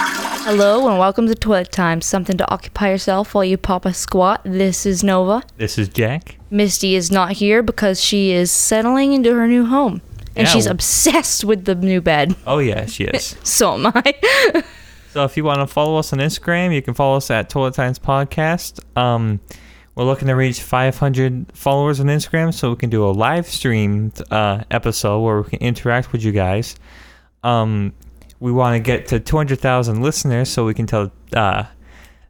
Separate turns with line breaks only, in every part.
Hello and welcome to Toilet Time, something to occupy yourself while you pop a squat. This is Nova.
This is Jack.
Misty is not here because she is settling into her new home and
Yeah.
she's obsessed with the new bed.
Oh yeah, she is.
So am I.
so if you want to follow us on Instagram, you can follow us at Toilet Times Podcast. Um, we're looking to reach 500 followers on Instagram, so we can do a live streamed uh, episode where we can interact with you guys. Um, we want to get to 200,000 listeners, so we can tell uh,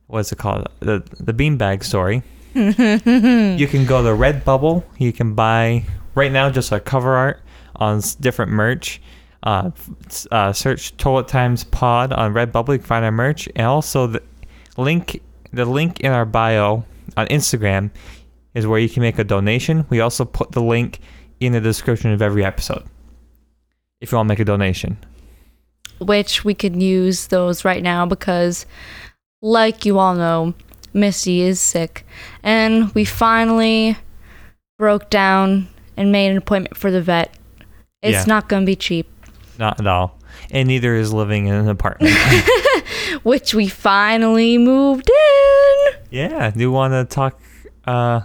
what's it called the the beanbag story. you can go to Redbubble. You can buy right now just a cover art on s- different merch. Uh, f- s- uh, search Toilet Times Pod on Redbubble. You can find our merch and also the link. The link in our bio on Instagram is where you can make a donation. We also put the link in the description of every episode. If you want to make a donation,
Which we could use those right now because, like you all know, Misty is sick. And we finally broke down and made an appointment for the vet. It's
Yeah.
not going to be cheap.
not at all. And neither is living in an apartment.
which we finally moved in.
Yeah. Do you want to talk? Uh,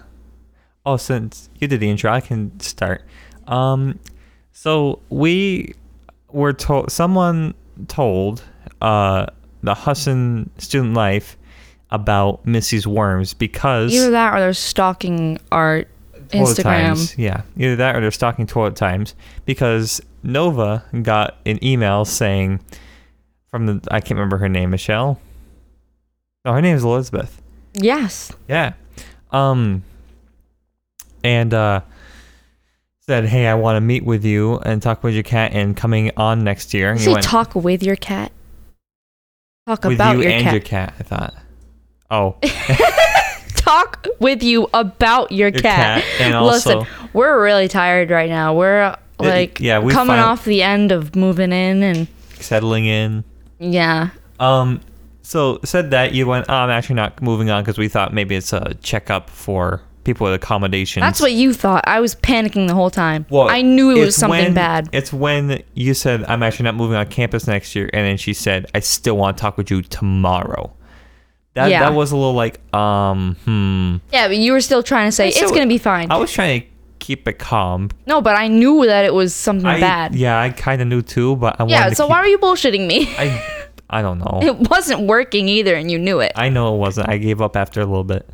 oh, since you did the intro, I can start. Um, so we were told, someone told uh, the Husson student life about Missy's worms because
Either that or there's stalking art
toilet
Instagram.
times. Yeah, either that or they're stalking toilet times because Nova got an email saying from the I can't remember her name, Michelle. No, her name is Elizabeth.
Yes.
Yeah. Um and uh said, "Hey, I want to meet with you and talk with your cat and coming on next year."
You
And
say talk with your cat. Talk
with
about
you
your
and
cat.
your cat, I thought. Oh,
Talk with you about your,
Your
cat.
cat, and
Listen,
also-
we're really tired right now. We're
Y-
like
yeah, we
coming
fin-
off the end of moving in and
settling in.
yeah.
Um so said that you went, oh, "I'm actually not moving on because we thought maybe it's a checkup for people with accommodations."
That's what you thought. I was panicking the whole time.
Well,
I knew it was
it's
something
when-
bad.
It's when you said, I'm actually not moving on campus next year. And then she said, I still want to talk with you tomorrow. That,
Yeah.
that was a little like, um, hmm.
yeah, but you were still trying to say
So-
it's going to be fine.
I was trying to keep it calm.
no, but I knew that it was something
I,
bad.
Yeah, I kind of knew too, but I
Yeah,
wanted
so
to
why
keep,
are you bullshitting me?
I, I don't know.
it wasn't working either, and you knew it.
I know it wasn't. I gave up after a little bit.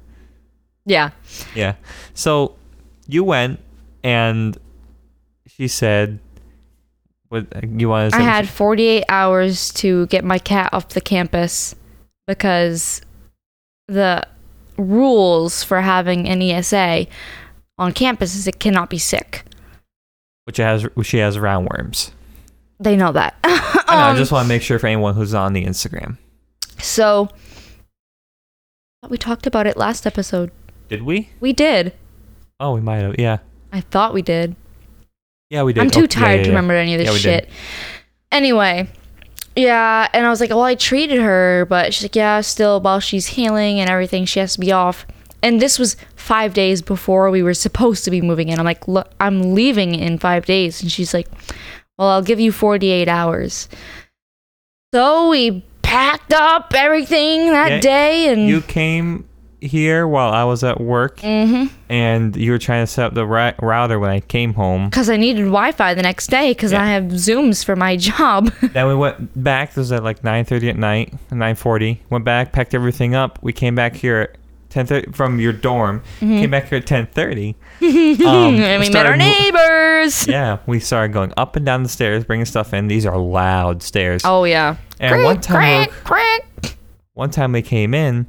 Yeah.
Yeah. So you went and she said, what you want to
I
say?
had 48 hours to get my cat off the campus because the rules for having an ESA on campus is it cannot be sick.
which has, she has roundworms.
They know that.
I know, I
Um,
just want to make sure for anyone who's on the Instagram.
so we talked about it last episode.
Did we?
We did.
Oh, we might have. Yeah.
I thought we did.
Yeah, we did.
I'm
Oh,
too
yeah,
tired
yeah,
to
yeah.
remember any of this
Yeah, we
shit.
did.
Anyway, yeah, and I was like, well, I treated her, but she's like, yeah, still while she's healing and everything, she has to be off. And this was five days before we were supposed to be moving in. I'm like, look, I'm leaving in five days, and she's like, well, I'll give you 48 hours. So we packed up everything that
Yeah,
day, and
You came here while I was at work
Mm-hmm.
and you were trying to set up the ri- router when I came home.
because I needed Wi-Fi the next day because
Yeah.
I have Zooms for my job.
then we went back. This was at like 9.30 at night, 9.40. Went back, packed everything up. We came back here at 10.30 from your dorm. Came back here at 10.30. Um,
Mm-hmm. and we met
started
our
mo-
neighbors.
Yeah, we started going up and down the stairs, bringing stuff in. These are loud stairs.
Oh yeah.
And one time we were-
crack,
one time we came in,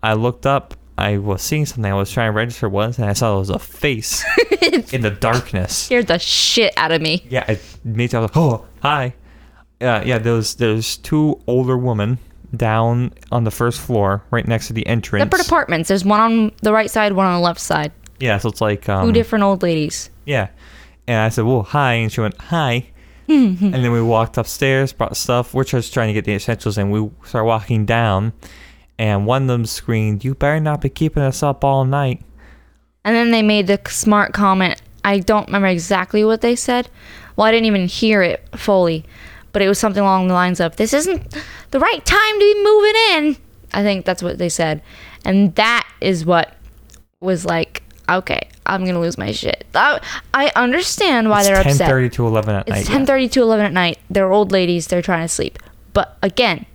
I looked up. I was seeing something. I was trying to register once, and I saw it was a face in the darkness.
scared the shit out of me.
Yeah, it made I was like, "Oh, hi." Uh, yeah, there's there's two older women down on the first floor, right next to the entrance.
Separate apartments. There's one on the right side, one on the left side.
Yeah, so it's like
Two
um,
different old ladies.
yeah, and I said, "Well, hi," and she went, "Hi." and then we walked upstairs, brought stuff. We're just trying to get the essentials, and we start walking down. And one of them screamed, "You better not be keeping us up all night."
And then they made the smart comment. I don't remember exactly what they said. Well, I didn't even hear it fully, but it was something along the lines of this isn't the right time to be moving in. I think that's what they said. And that is what was like, okay, I'm going to lose my shit. I, I understand why
it's
they're upset.
10:30 to 11 at
It's
night. yeah.
10:30 to 11 at night. They're old ladies, they're trying to sleep. But again,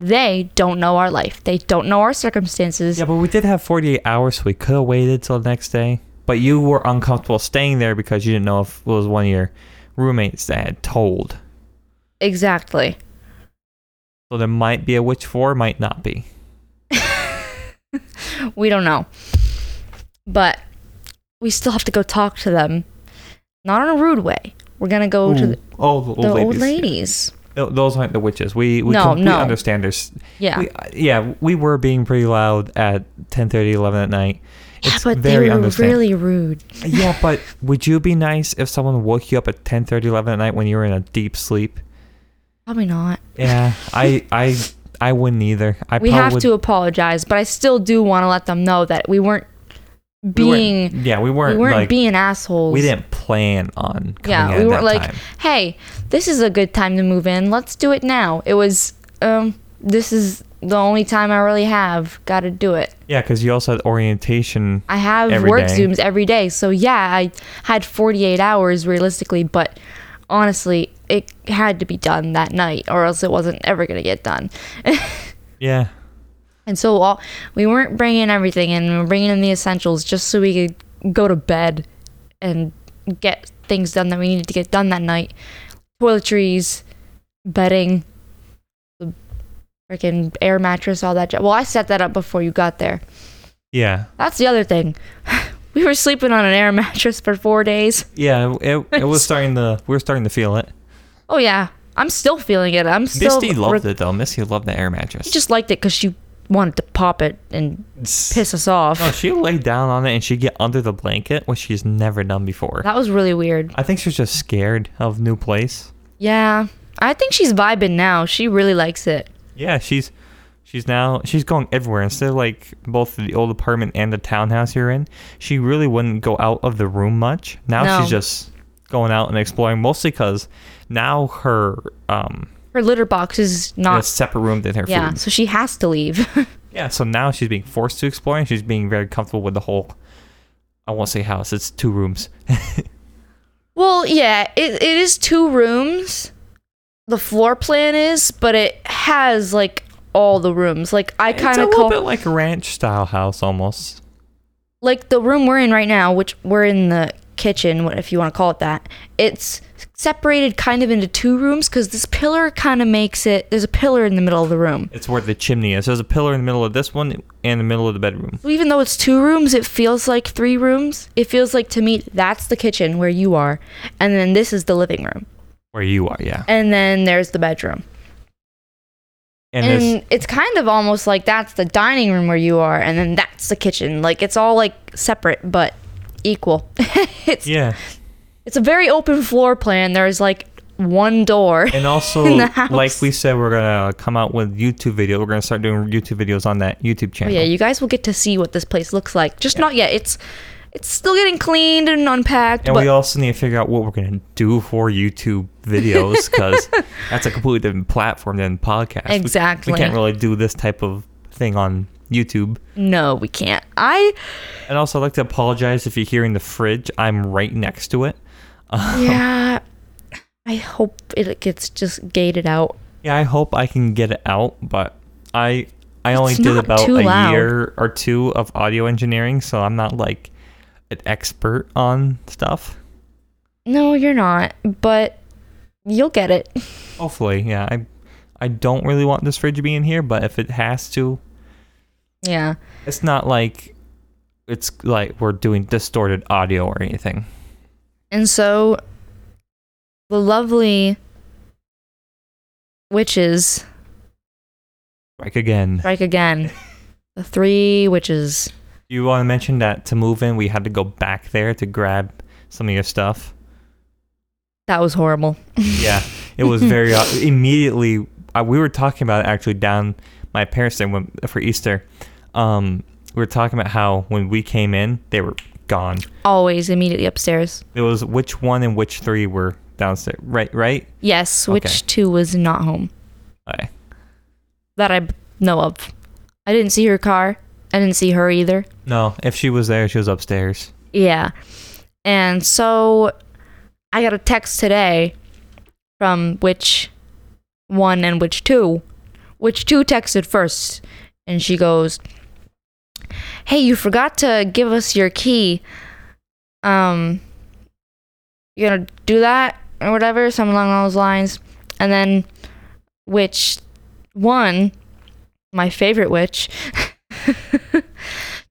they don't know our life. They don't know our circumstances.
Yeah, but we did have 48 hours, so we could have waited till the next day. But you were uncomfortable staying there because you didn't know if it was one of your roommates that had told.
Exactly.
So there might be a witch four, might not be.
We don't know. But we still have to go talk to them. Not in a rude way. We're going to go to
Ooh,
the,
oh, the old
the
ladies.
old ladies.
Th- Those aren't the witches. We we
No,
completely
no.
understand. There's
Yeah.
we, uh, yeah, we were being pretty loud at 10:30, 11 at night.
yeah,
It's
but
very
they were
understand-
really rude.
yeah, but would you be nice if someone woke you up at 10:30, 11 at night when you were in a deep sleep?
Probably not.
Yeah, I I I wouldn't either. I
we
probably
have
would-
to apologize, but I still do want to let them know that we weren't
we weren't-
being
yeah, we
we
weren't
weren't,
like
being assholes.
we didn't plan on coming
Yeah,
at
we
that
weren't like,
time.
"Hey, this is a good time to move in. Let's do it now." It was um this is the only time I really have. Got to do it.
Yeah, cuz you also had orientation.
I have
Every
work
day.
zooms every day. So yeah, I had 48 hours realistically, but honestly, it had to be done that night or else it wasn't ever going to get done.
Yeah.
And so all we weren't bringing everything in. We were bringing in the essentials just so we could go to bed and get things done that we needed to get done that night. Toiletries, bedding, the freaking air mattress, all that. jo- Well, I set that up before you got there.
Yeah.
That's the other thing. We were sleeping on an air mattress for four days.
Yeah, it, it was starting to we were starting to feel it.
Oh yeah, I'm still feeling it. I'm still.
Misty loved it though. Misty loved the air mattress.
She just liked it because she wanted to pop it and piss us off.
No, she laid down on it and she'd get under the blanket, which she's never done before.
That was really weird.
I think she's just scared of new place.
Yeah, I think she's vibing now. She really likes it.
Yeah, she's she's now she's going everywhere. Instead of like both the old apartment and the townhouse you're in, she really wouldn't go out of the room much. Now she's
No.
just going out and exploring mostly because now her um
Her litter box is
in
not.
a separate room than her
yeah,
food.
so she has to leave.
Yeah, so now she's being forced to explore and she's being very comfortable with the whole I won't say house, it's two rooms.
well, yeah, it, it is two rooms. The floor plan is, but it has like all the rooms. Like I
it's
kind
a
of
little
call
bit like a ranch style house almost.
like the room we're in right now, which we're in the kitchen, what if you want to call it that. It's separated kind of into two rooms because this pillar kind of makes it. There's a pillar in the middle of the room.
It's where the chimney is. There's a pillar in the middle of this one and the middle of the bedroom.
So even though it's two rooms, it feels like three rooms. It feels like to me that's the kitchen where you are, and then this is the living room,
Where you are, yeah.
and then there's the bedroom.
And,
And,
there's
it's kind of almost like that's the dining room where you are, and then that's the kitchen. Like it's all like separate but equal. it's
yeah.
it's a very open floor plan. There's like one door.
And also
in the house.
like we said we're going to come out with YouTube video. We're going to start doing YouTube videos on that YouTube
But
channel.
yeah, you guys will get to see what this place looks like. Just not yet. It's it's still getting cleaned and unpacked,
and
but
we also need to figure out what we're going to do for YouTube videos because that's a completely different platform than podcast. We-
Exactly.
We, can't really do this type of thing on YouTube.
no, we can't. I
And also, I'd like to apologize if you're hearing the fridge. I'm right next to it.
Yeah. I hope it gets just gated out.
Yeah, I hope I can get it out, but I I only
It's
did
not
about a
too loud.
year or two of audio engineering, so I'm not like an expert on stuff.
No, you're not, but you'll get it.
Hopefully, yeah. I I don't really want this fridge to be in here, but if it has to,
Yeah.
it's not like it's like we're doing distorted audio or anything.
And so the lovely witches
Like again,
strike again. The three witches.
you want to mention that to move in, we had to go back there to grab some of your stuff.
That was horrible.
Yeah, it was very odd. immediately. Uh, we were talking about it actually down my parents' thing when, for Easter. Um, we were talking about how when we came in, they were gone.
Always immediately upstairs.
It was which one and which three were downstairs. Right, right.
Yes, which
Okay.
two was not home
Okay.
that I b- know of. I didn't see her car. I didn't see her either.
No, if she was there, she was upstairs.
Yeah. And so I got a text today from which one and which two. Which two texted first. And she goes, Hey, you forgot to give us your key. Um, you gonna do that or whatever? Something along those lines. And then, which one, my favorite witch,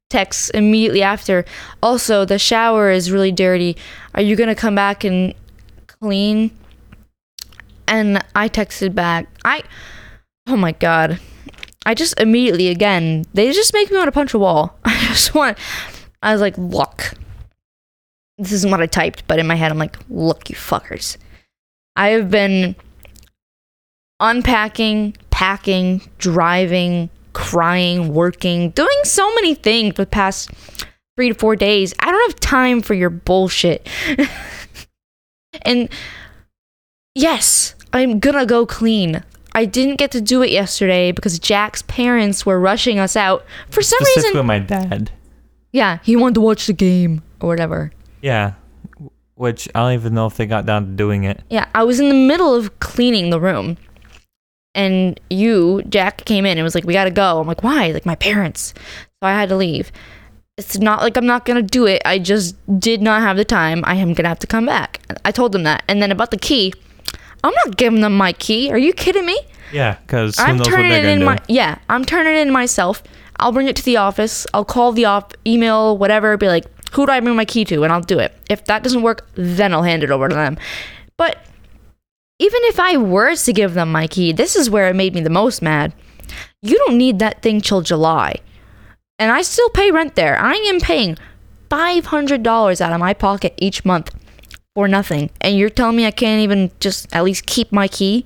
texts immediately after, also, the shower is really dirty. Are you going to come back and clean? And I texted back. I Oh my god. I just immediately again, they just make me want to punch a wall. I just want I was like, "Look. This isn't what I typed, but in my head I'm like, "Look, you fuckers. I have been unpacking, packing, driving, crying, working, doing so many things for the past three to four days. I don't have time for your bullshit. and yes, I'm gonna go clean. I didn't get to do it yesterday because Jack's parents were rushing us out for some
Specifically,
reason.
my dad.
Yeah, he wanted to watch the game or whatever.
Yeah. Which I don't even know if they got down to doing it.
Yeah, I was in the middle of cleaning the room. And you, Jack, came in and was like, We gotta go. I'm like, Why? Like, my parents. So I had to leave. It's not like I'm not gonna do it. I just did not have the time. I am gonna have to come back. I told them that. And then about the key, I'm not giving them my key. Are you kidding me?
Yeah, because who
I'm
knows what
turning
they're
it
going
in
to do.
my yeah. I'm turning it in myself. I'll bring it to the office. I'll call the op, email, whatever. Be like, who do I bring my key to? And I'll do it. If that doesn't work, then I'll hand it over to them. But even if I were to give them my key, this is where it made me the most mad. You don't need that thing till July, and I still pay rent there. I am paying five hundred dollars out of my pocket each month for nothing, and you're telling me I can't even just at least keep my key?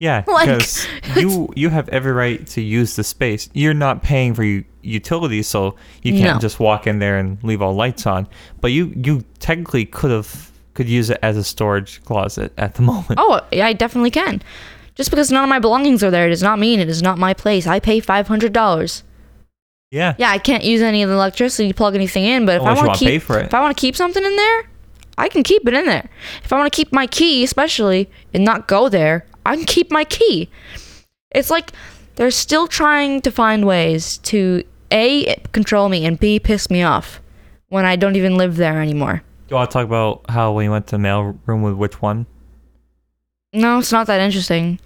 Yeah,
Like-
because you you have every right to use the space. You're not paying for u- utilities, so you can't
No.
just walk in there and leave all lights on. But you you technically could have could use it as a storage closet at the moment.
Oh, yeah, I definitely can. Just because none of my belongings are there does not mean it is not my place. I pay five hundred dollars.
Yeah,
Yeah, I can't use any of the electricity to plug anything in, but if
Unless
I
you
want
wanna
to keep,
pay for it.
if I want to keep something in there, I can keep it in there. If I want to keep my key, especially, and not go there, I can keep my key. It's like they're still trying to find ways to a control me and b piss me off when I don't even live there anymore.
do you want to talk about how we went to mail room with which one?
No, it's not that interesting.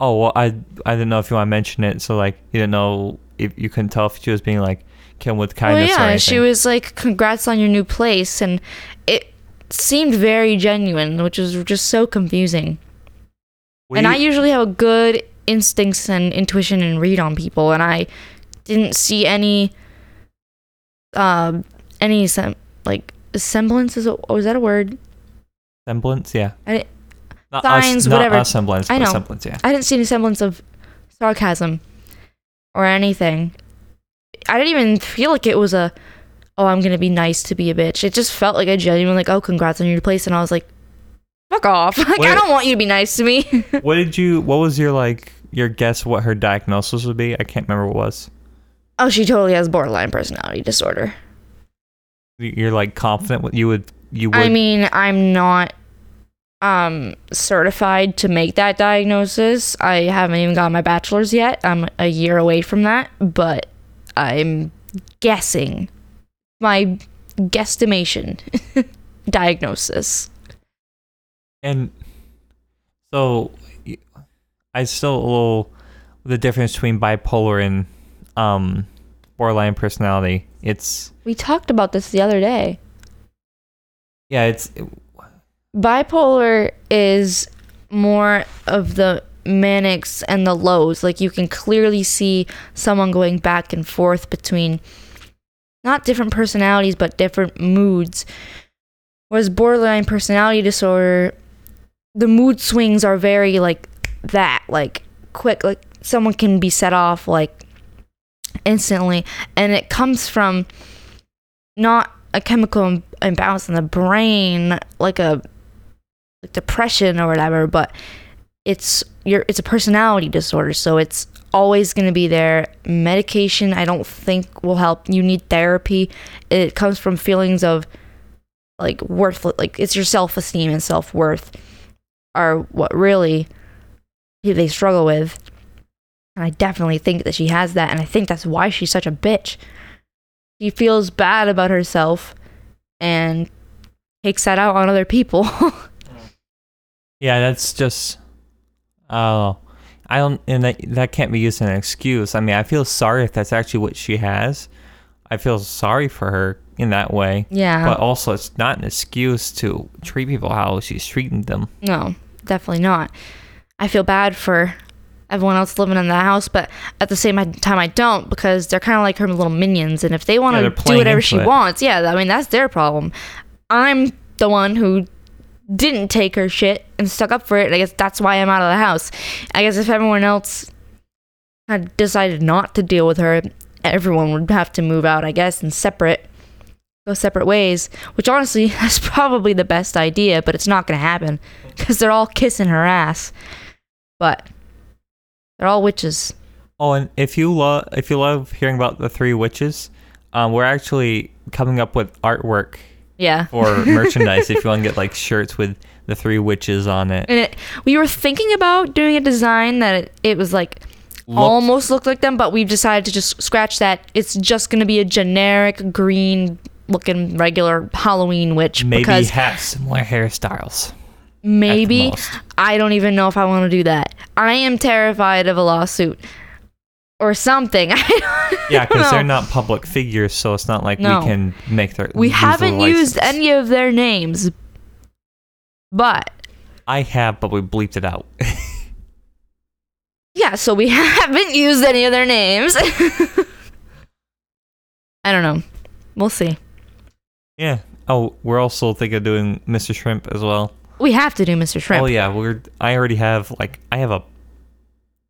Oh well, I I didn't know if you want to mention it. So like you didn't know if you couldn't tell if she was being like Kim with kindness
well,
or
yeah,
anything.
she was like, "Congrats on your new place," and it seemed very genuine, which was just so confusing.
We-
and I usually have a good instincts and intuition and read on people, and I didn't see any, um, any sem- like semblance is a, oh, is that a word?
semblance, yeah.
I didn't-
Not
signs,
us, not
whatever.
us semblance,
I
but
know.
semblance, yeah.
I didn't see any semblance of sarcasm or anything. I didn't even feel like it was a, oh, I'm going to be nice to be a bitch. It just felt like a genuine, like, oh, congrats on your place. And I was like, fuck off. Like, I
Wait.
don't want you to be nice to me.
What did you? What was your like? Your guess what her diagnosis would be? I can't remember what it was.
oh, she totally has borderline personality disorder.
You- You're like confident what you would you would.
I mean, I'm not um certified to make that diagnosis. I haven't even got my bachelor's yet. I'm a year away from that, but I'm guessing my guesstimation diagnosis.
and so y- I still a little the difference between bipolar and um borderline personality. It's
We talked about this the other day.
yeah, it's
bipolar is more of the manics and the lows like you can clearly see someone going back and forth between not different personalities but different moods whereas borderline personality disorder the mood swings are very like that like quick like someone can be set off like instantly and it comes from not a chemical im- imbalance in the brain like a like depression or whatever, but it's your it's a personality disorder, so it's always going to be there. Medication I don't think will help. You need therapy. It comes from feelings of like worthless, like it's your self-esteem and self-worth are what really they struggle with. And I definitely think that she has that, and I think that's why she's such a bitch. She feels bad about herself and takes that out on other people.
Yeah, that's just. Oh, I don't, and that that can't be used as an excuse. I mean, I feel sorry if that's actually what she has. I feel sorry for her in that way,
yeah.
but also it's not an excuse to treat people how she's treating them.
No, definitely not. I feel bad for everyone else living in the house, but at the same time, I don't because they're kind of like her little minions, and if they want
Yeah,
to
they're
do
playing
whatever
into
she
it.
wants, yeah, I mean that's their problem. I'm the one who didn't take her shit and stuck up for it. And I guess that's why I'm out of the house. I guess if everyone else had decided not to deal with her, everyone would have to move out, I guess, and separate, go separate ways. Which honestly, that's probably the best idea, but it's not gonna happen because they're all kissing her ass. But they're all witches.
Oh, and if you love if you love hearing about the three witches, um, we're actually coming up with artwork
Yeah.
or merchandise if you want to get like shirts with the three witches on it.
And it, we were thinking about doing a design that it, it was like
Look-
almost looked like them, but we decided to just scratch that. It's just going to be a generic green looking regular Halloween witch
Maybe
because
have similar hairstyles.
maybe
most.
I don't even know if I want to do that. I am terrified of a lawsuit or something.
Yeah, because they're
No.
not public figures, so it's not like
No.
we can make their.
we
use the
haven't used
license.
any of their names, but
I have, but we bleeped it out.
Yeah, so we haven't used any of their names. I don't know. We'll see.
yeah. Oh, we're also thinking of doing Mr. Shrimp as well.
We have to do Mr. Shrimp.
Oh yeah, we're. I already have like I have a.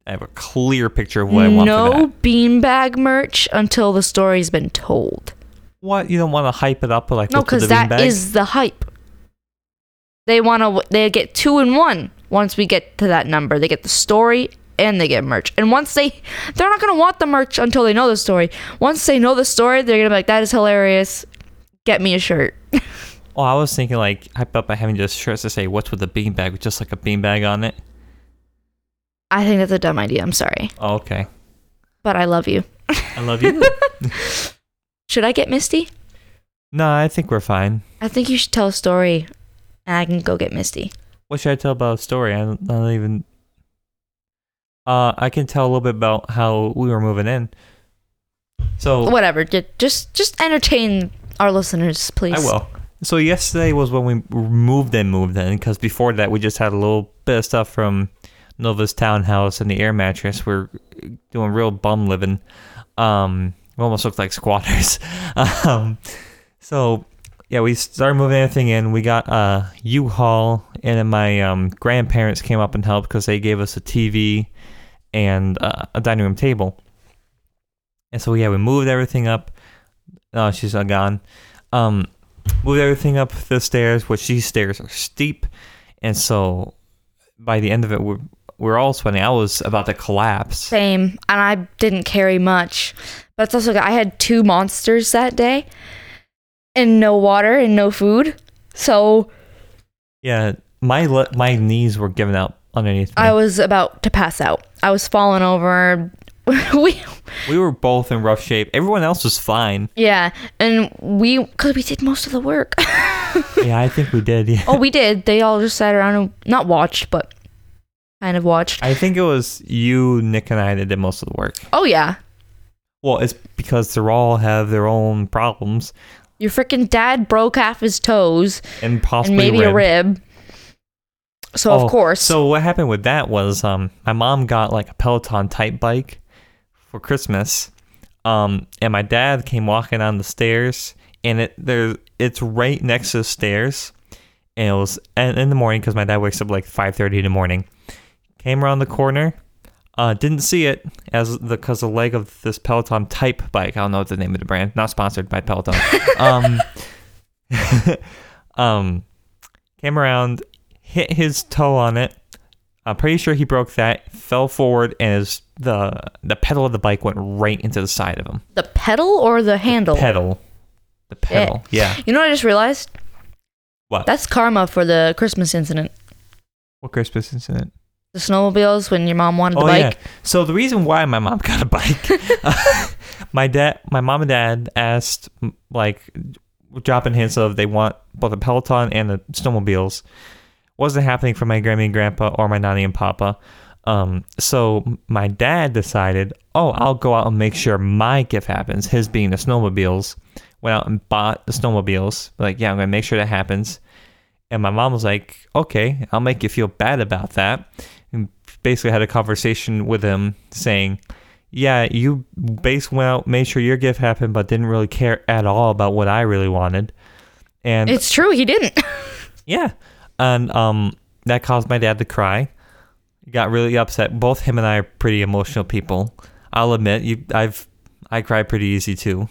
I have a clear picture of what I want for that.
no beanbag merch until the story's been told.
What you don't want to hype it up with like
No,
what's in
because
the
that
beanbag?
is the hype. They want to. They get two in one once we get to that number. They get the story and they get merch. And once they, they're not gonna want the merch until they know the story. Once they know the story, they're gonna be like, "That is hilarious. Get me a shirt."
Oh, I was thinking like hype up by having just shirts to say what's with the beanbag with just like a beanbag on it.
I think that's a dumb idea. I'm sorry,
Oh, okay,
but I love you.
I love you.
Should I get Misty?
no, I think we're fine.
I think you should tell a story and I can go get Misty.
What should I tell about a story? I don't, I don't even. Uh, I can tell a little bit about how we were moving in. So
Whatever. ju- Just just entertain our listeners, please.
I will. So yesterday was when we moved in, moved in, because before that we just had a little bit of stuff from Nova's townhouse and the air mattress. We're doing real bum living. Um, we almost looked like squatters. um, so yeah, we started moving everything in. We got a U-Haul, and then my um, grandparents came up and helped because they gave us a TV and uh, a dining room table. And so yeah, we moved everything up. Oh, she's uh, gone. Um, moved everything up the stairs, which these stairs are steep, and so by the end of it, we're we're all sweating. I was about to collapse.
Same. And I didn't carry much. But it's also I had two monsters that day and no water and no food. So
Yeah, my le- my knees were giving out underneath me.
I was about to pass out. I was falling over. we
we were both in rough shape. Everyone else was fine.
yeah, and we cuz we did most of the work.
yeah, I think we did. Yeah.
oh, we did. They all just sat around and not watched, but kind of watched.
I think it was you, Nick, and I that did most of the work.
Oh yeah.
Well, it's because they all have their own problems
Your freaking dad broke half his toes
and
and
possibly
maybe a rib. So
Oh,
of course.
So what happened with that was um my mom got like a Peloton type bike for Christmas. Um and my dad came walking down the stairs and it there it's right next to the stairs. And it was and in the morning because my dad wakes up like 5:30 in the morning. Came around the corner. Uh, didn't see it as the because the leg of this Peloton type bike. I don't know the name of the brand. Not sponsored by Peloton. um, um, came around hit his toe on it. I'm pretty sure he broke that, fell forward, and his the the pedal of the bike went right into the side of him.
The pedal or the handle?
Pedal. The pedal. Yeah.
You know what I just realized?
What?
That's karma for the Christmas incident.
what Christmas incident?
The snowmobiles when your mom wanted the bike.
Oh, Yeah. So the reason why my mom got a bike, my dad, my mom and dad asked m- like dropping hints of they want both a Peloton and the snowmobiles. Wasn't happening for my Grammy and Grandpa or my nanny and Papa. Um, so m- my dad decided, oh, I'll go out and make sure my gift happens. His being the snowmobiles, went out and bought the snowmobiles. Like, yeah, I'm gonna make sure that happens. And my mom was like, okay, I'll make you feel bad about that. And basically had a conversation with him saying, yeah, you basically went out, made sure your gift happened, but didn't really care at all about what I really wanted. And
It's true, he didn't.
yeah. And um, that caused my dad to cry. He got really upset. Both him and I are pretty emotional people. I'll admit, you, I've, I cry pretty easy too.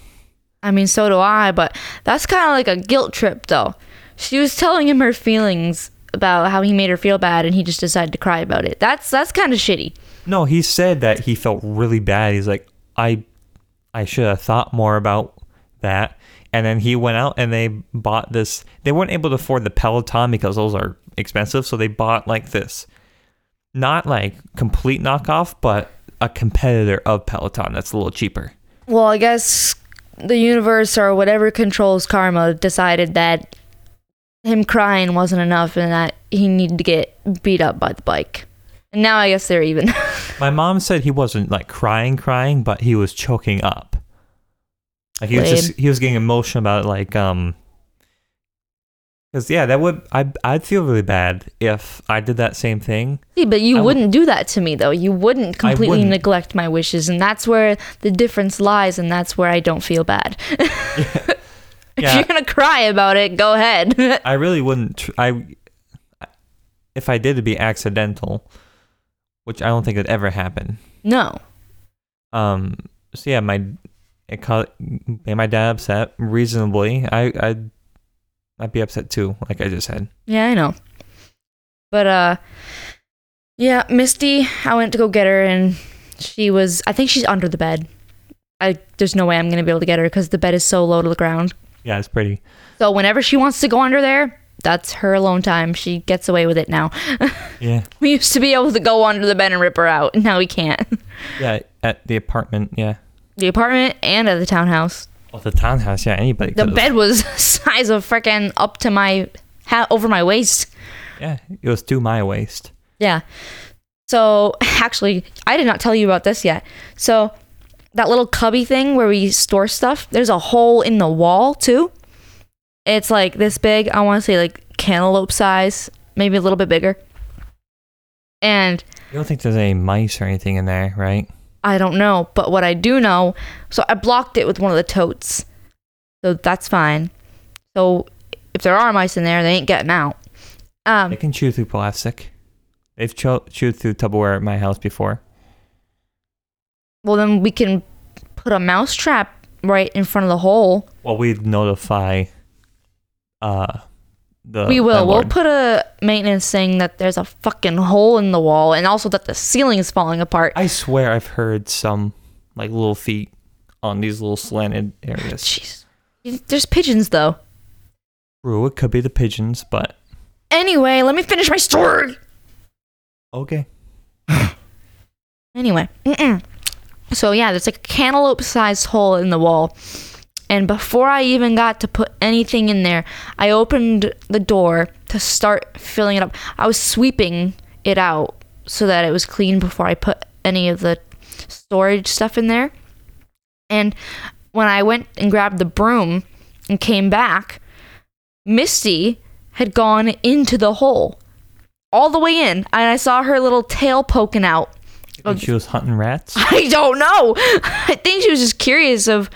I mean, so do I, but that's kind of like a guilt trip, though. She was telling him her feelings about how he made her feel bad, and he just decided to cry about it. That's that's kind of shitty.
No, he said that he felt really bad. He's like, I, I should have thought more about that. And then he went out and they bought this. They weren't able to afford the Peloton because those are expensive, so they bought like this, not like complete knockoff, but a competitor of Peloton that's a little cheaper.
Well, I guess the universe or whatever controls karma decided that him crying wasn't enough, and that he needed to get beat up by the bike. And now I guess they're even.
My mom said he wasn't like crying, crying, but he was choking up. Like he was
Lame.
just he was getting emotional about it, like um. Because yeah, that would I I'd feel really bad if I did that same thing.
See, but you
I would-
wouldn't do that to me, though. You wouldn't
I
completely
wouldn't.
neglect my wishes, and that's where the difference lies, and that's where I don't feel bad. If
Yeah,
you're gonna cry about it, go ahead.
I really wouldn't. Tr- I if I did, it'd be accidental, which I don't think would ever happen.
no.
Um. So yeah, my it ca- made my dad upset reasonably. I I'd I'd be upset too, like I just said.
Yeah, I know. But uh yeah, Misty, I went to go get her and she was I think she's under the bed. I there's no way I'm going to be able to get her cuz the bed is so low to the ground.
Yeah, it's pretty.
So whenever she wants to go under there, that's her alone time. She gets away with it now.
Yeah.
we used to be able to go under the bed and rip her out. Now we can't.
Yeah, at the apartment. Yeah.
The apartment and at the townhouse.
Oh, the townhouse. Yeah, anybody.
The
could've-
bed was size of freaking up to my ha- over my waist.
Yeah, it was to my waist.
Yeah. So actually, I did not tell you about this yet. So that little cubby thing where we store stuff, there's a hole in the wall too. It's like this big. I want to say like cantaloupe size, maybe a little bit bigger. And
You don't think there's any mice or anything in there, right?
I don't know, but what I do know, so I blocked it with one of the totes. So that's fine. So if there are mice in there, they ain't getting out. Um,
They can chew through plastic. They've cho- chewed through Tupperware at my house before.
well then we can put a mouse trap right in front of the hole
Well, we'd notify. Uh, the
we will we'll
landlord.
put a maintenance saying that there's a fucking hole in the wall and also that the ceiling is falling apart
I swear, I've heard some like little feet on these little slanted areas.
jeez there's pigeons though
True, it could be the pigeons, but
anyway let me finish my story
okay.
anyway mm-mm. so yeah there's like a cantaloupe sized hole in the wall and before i even got to put anything in there i opened the door to start filling it up i was sweeping it out so that it was clean before i put any of the storage stuff in there and when i went and grabbed the broom and came back misty had gone into the hole all the way in and i saw her little tail poking out Oh,
And she was hunting rats.
I don't know. I think she was just curious of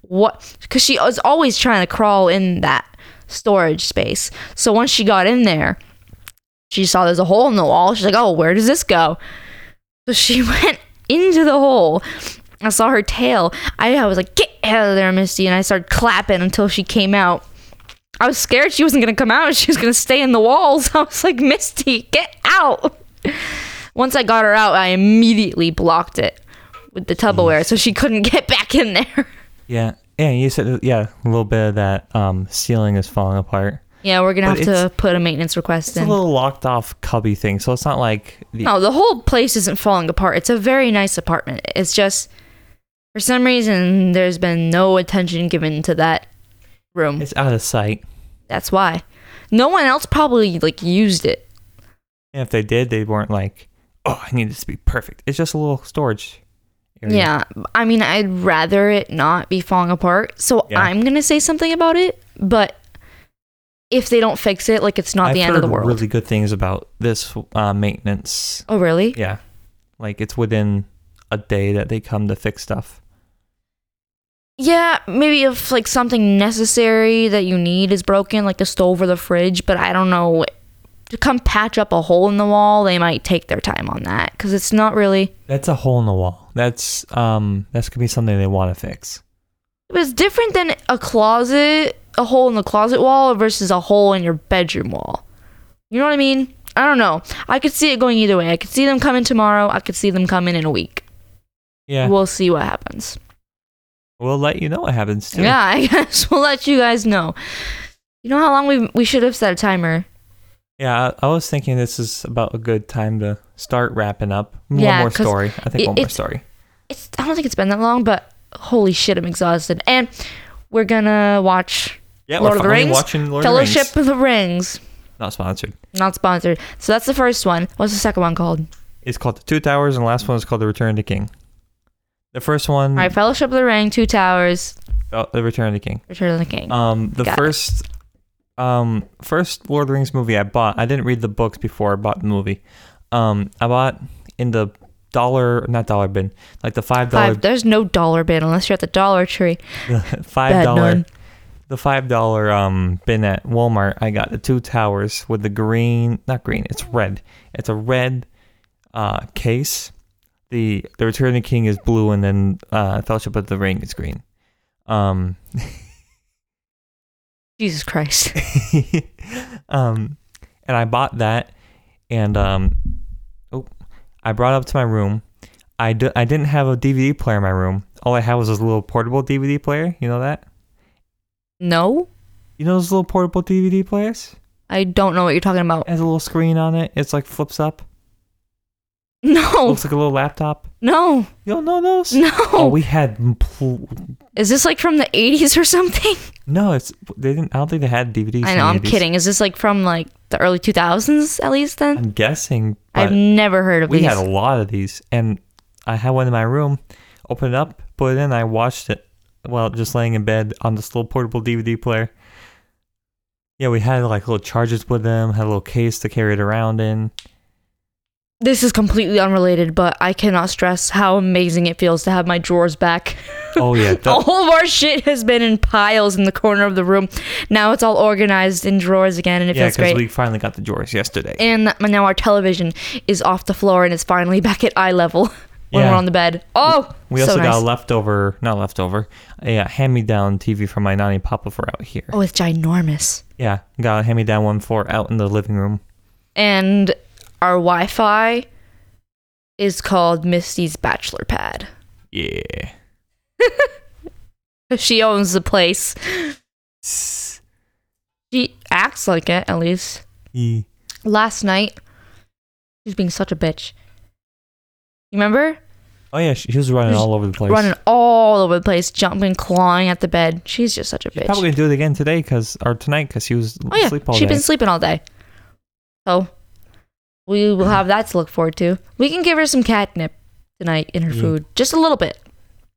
what, because she was always trying to crawl in that storage space. So once she got in there, she saw there's a hole in the wall. She's like, oh, where does this go? So she went into the hole. I saw her tail. I, I was like, get out of there, Misty. And I started clapping until she came out. I was scared she wasn't gonna come out. She was gonna stay in the walls. I was like, Misty, get out. Once I got her out, I immediately blocked it with the
Mm.
Tupperware, so she couldn't get back in there.
Yeah. Yeah. You said uh, yeah. A little bit of that um, ceiling is falling apart.
Yeah, we're gonna
But
have to put a maintenance request
It's a
in.
little locked off cubby thing, so it's not like the,
No, the whole place isn't falling apart. It's a very nice apartment. It's just for some reason there's been no attention given to that room.
it's out of sight.
That's why. No one else probably like used it.
And if they did, they weren't like, oh, I need this to be perfect. It's just a little storage. area.
Yeah. I mean, I'd rather it not be falling apart. So
Yeah.
I'm going to say something about it, but if they don't fix it, like it's not
I've
the end
heard
of the world.
Really good things about this uh, maintenance.
oh, really?
Yeah, like it's within a day that they come to fix stuff.
Yeah, maybe if like something necessary that you need is broken, like the stove or the fridge, but I don't know. To come patch up a hole in the wall, they might take their time on that because it's not really.
That's a hole in the wall. That's um, that's gonna be something they want to fix.
It was different than a closet, a hole in the closet wall versus a hole in your bedroom wall. You know what I mean? I don't know. I could see it going either way. I could see them coming tomorrow. I could see them coming in a week.
Yeah, we'll,
We'll see what happens.
let you know what happens too.
Yeah, I guess we'll let you guys know. You know how long we we should have set a timer.
Yeah, I, I was thinking this is about a good time to start wrapping up. One
Yeah,
more
'cause
story. I think
it-
one more
it's-
story.
It's I don't think it's been that long, but holy shit, I'm exhausted. And we're gonna watch
Yeah,
Lord
we're
of the
finally
Rings,
watching Lord
Fellowship
of the Rings.
of the Rings.
Not sponsored.
Not sponsored. So that's the first one. What's the second one called?
It's called The Two Towers, and the last one is called The Return of the King. The first one,
All right, Fellowship of the Ring, Two Towers,
uh, The Return of the King.
Return of the King.
Um, the
Got it.
first, um, first Lord of the Rings movie I bought. I didn't read the books before I bought the movie. Um, I bought in the dollar, not dollar bin, like the five dollar,
Five. There's no dollar bin unless you're at the Dollar Tree.
five dollar,
nun.
the five dollar um bin at Walmart. I got the two towers with the green, not green, it's red. It's a red, uh, case. The The Return of the King is blue, and then uh, Fellowship of the Ring is green. Um,
Jesus Christ.
um, and I bought that, and um, oh, I brought it up to my room. I d- I didn't have a DVD player in my room. All I had was this little portable DVD player. You know that?
No,
You know those little portable DVD players?
I don't know what you're talking about.
It has a little screen on it. It's like flips up.
No,
Looks like a little laptop.
no,
You don't know those?
Oh. no.
Oh, we had m- pl-
Is this like from the 80s or something?
no. It's they didn't. I don't think they had DVDs.
I
in
know,
the
I'm
80s.
kidding. Is this like from like the early 2000s at least then?
I'm guessing.
I've
but-
never heard of
we
these.
had a lot of these and i had one in my room opened it up put it in i watched it while just laying in bed on this little portable dvd player yeah we had like little chargers with them had a little case to carry it around in
this is completely unrelated, but I cannot stress how amazing it feels to have my drawers back.
oh yeah that-
all of our shit has been in piles in the corner of the room. Now it's all organized in drawers again, and it
yeah
feels great.
because we finally got the drawers yesterday
and now our television is off the floor and it's finally back at eye level when
Yeah.
we're on the bed. Oh,
we
so
also
nice.
got a leftover not leftover a uh, hand-me-down tv from my nanny and papa for out here
oh, it's ginormous.
yeah got a hand-me-down one for out in the living room
And our Wi-Fi is called Misty's bachelor pad.
yeah
She owns the place. She acts like it, at least.
Yeah.
Last night, she's being such a bitch. You remember?
oh yeah she, she was running
Just
all over the place
Running all over the place, jumping, clawing at the bed. She's just such a bitch.
Probably gonna do it again today, cause or tonight, cause he was
Oh yeah,
asleep all
she's
day.
been sleeping all day. So we will have that to look forward to. We can give her some catnip tonight in her
Yeah.
food, just a little bit.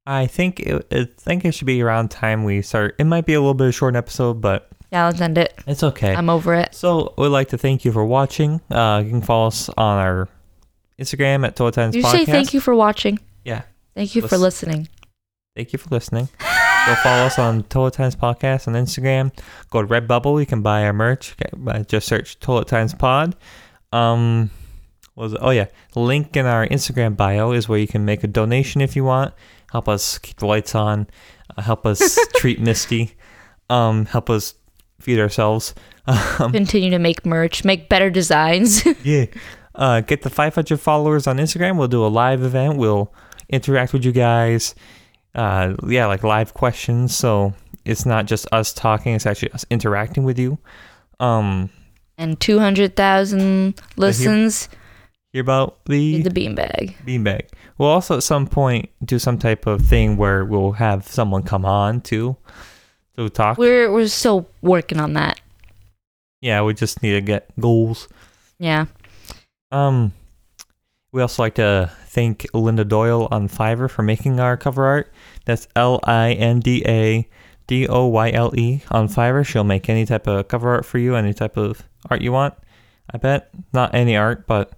I think it, I think it should be around time we start. It might be a little bit of a short episode, but
Yeah, let's end it.
it's okay.
I'm over it.
so we'd like to thank you for watching. Uh, you can follow us on our Instagram at Total Times
You
Podcast.
say thank you for watching.
Yeah,
Thank you for listening.
thank you for listening. Go follow us on Total Times Podcast on Instagram. Go to Redbubble. You can buy our merch. Okay, uh, Just search Total Times Pod. Um, what was it? oh yeah, link in our Instagram bio is where you can make a donation if you want. Help us keep the lights on. Uh, help us treat Misty. Um, help us feed ourselves. Um,
Continue to make merch, make better designs.
yeah. Uh, get the 500 followers on Instagram. We'll do a live event. We'll interact with you guys. Uh, yeah, like live questions. So it's not just us talking, it's actually us interacting with you. Um,
and 200,000 listens
hear about the,
in the beanbag.
beanbag. We'll also at some point do some type of thing where we'll have someone come on too to talk.
We're we're still working on that.
yeah, we just need to get goals.
Yeah.
Um, we also like to thank Linda Doyle on Fiverr for making our cover art. That's L I N D A D O Y L E on Fiverr. She'll make any type of cover art for you, any type of art you want. I bet not any art, but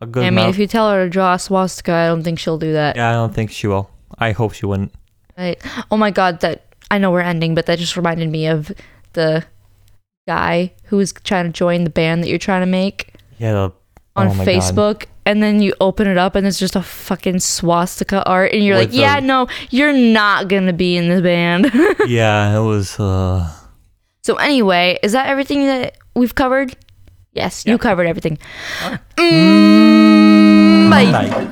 a good
I mean,
amount.
if you tell her to draw a swastika, I don't think she'll do that.
yeah, I don't think she will. I hope she wouldn't.
Right. Oh my god, that I know we're ending, but that just reminded me of the guy who was trying to join the band that you're trying to make
Yeah, the,
on
oh my God.
Facebook. And then you open it up and it's just a fucking swastika art and you're
With
like, Yeah,
the-
no, you're not gonna be in the band.
yeah, it was. Uh,
so anyway, is that everything that we've covered? Yes, you covered everything. Mm, bye.
night.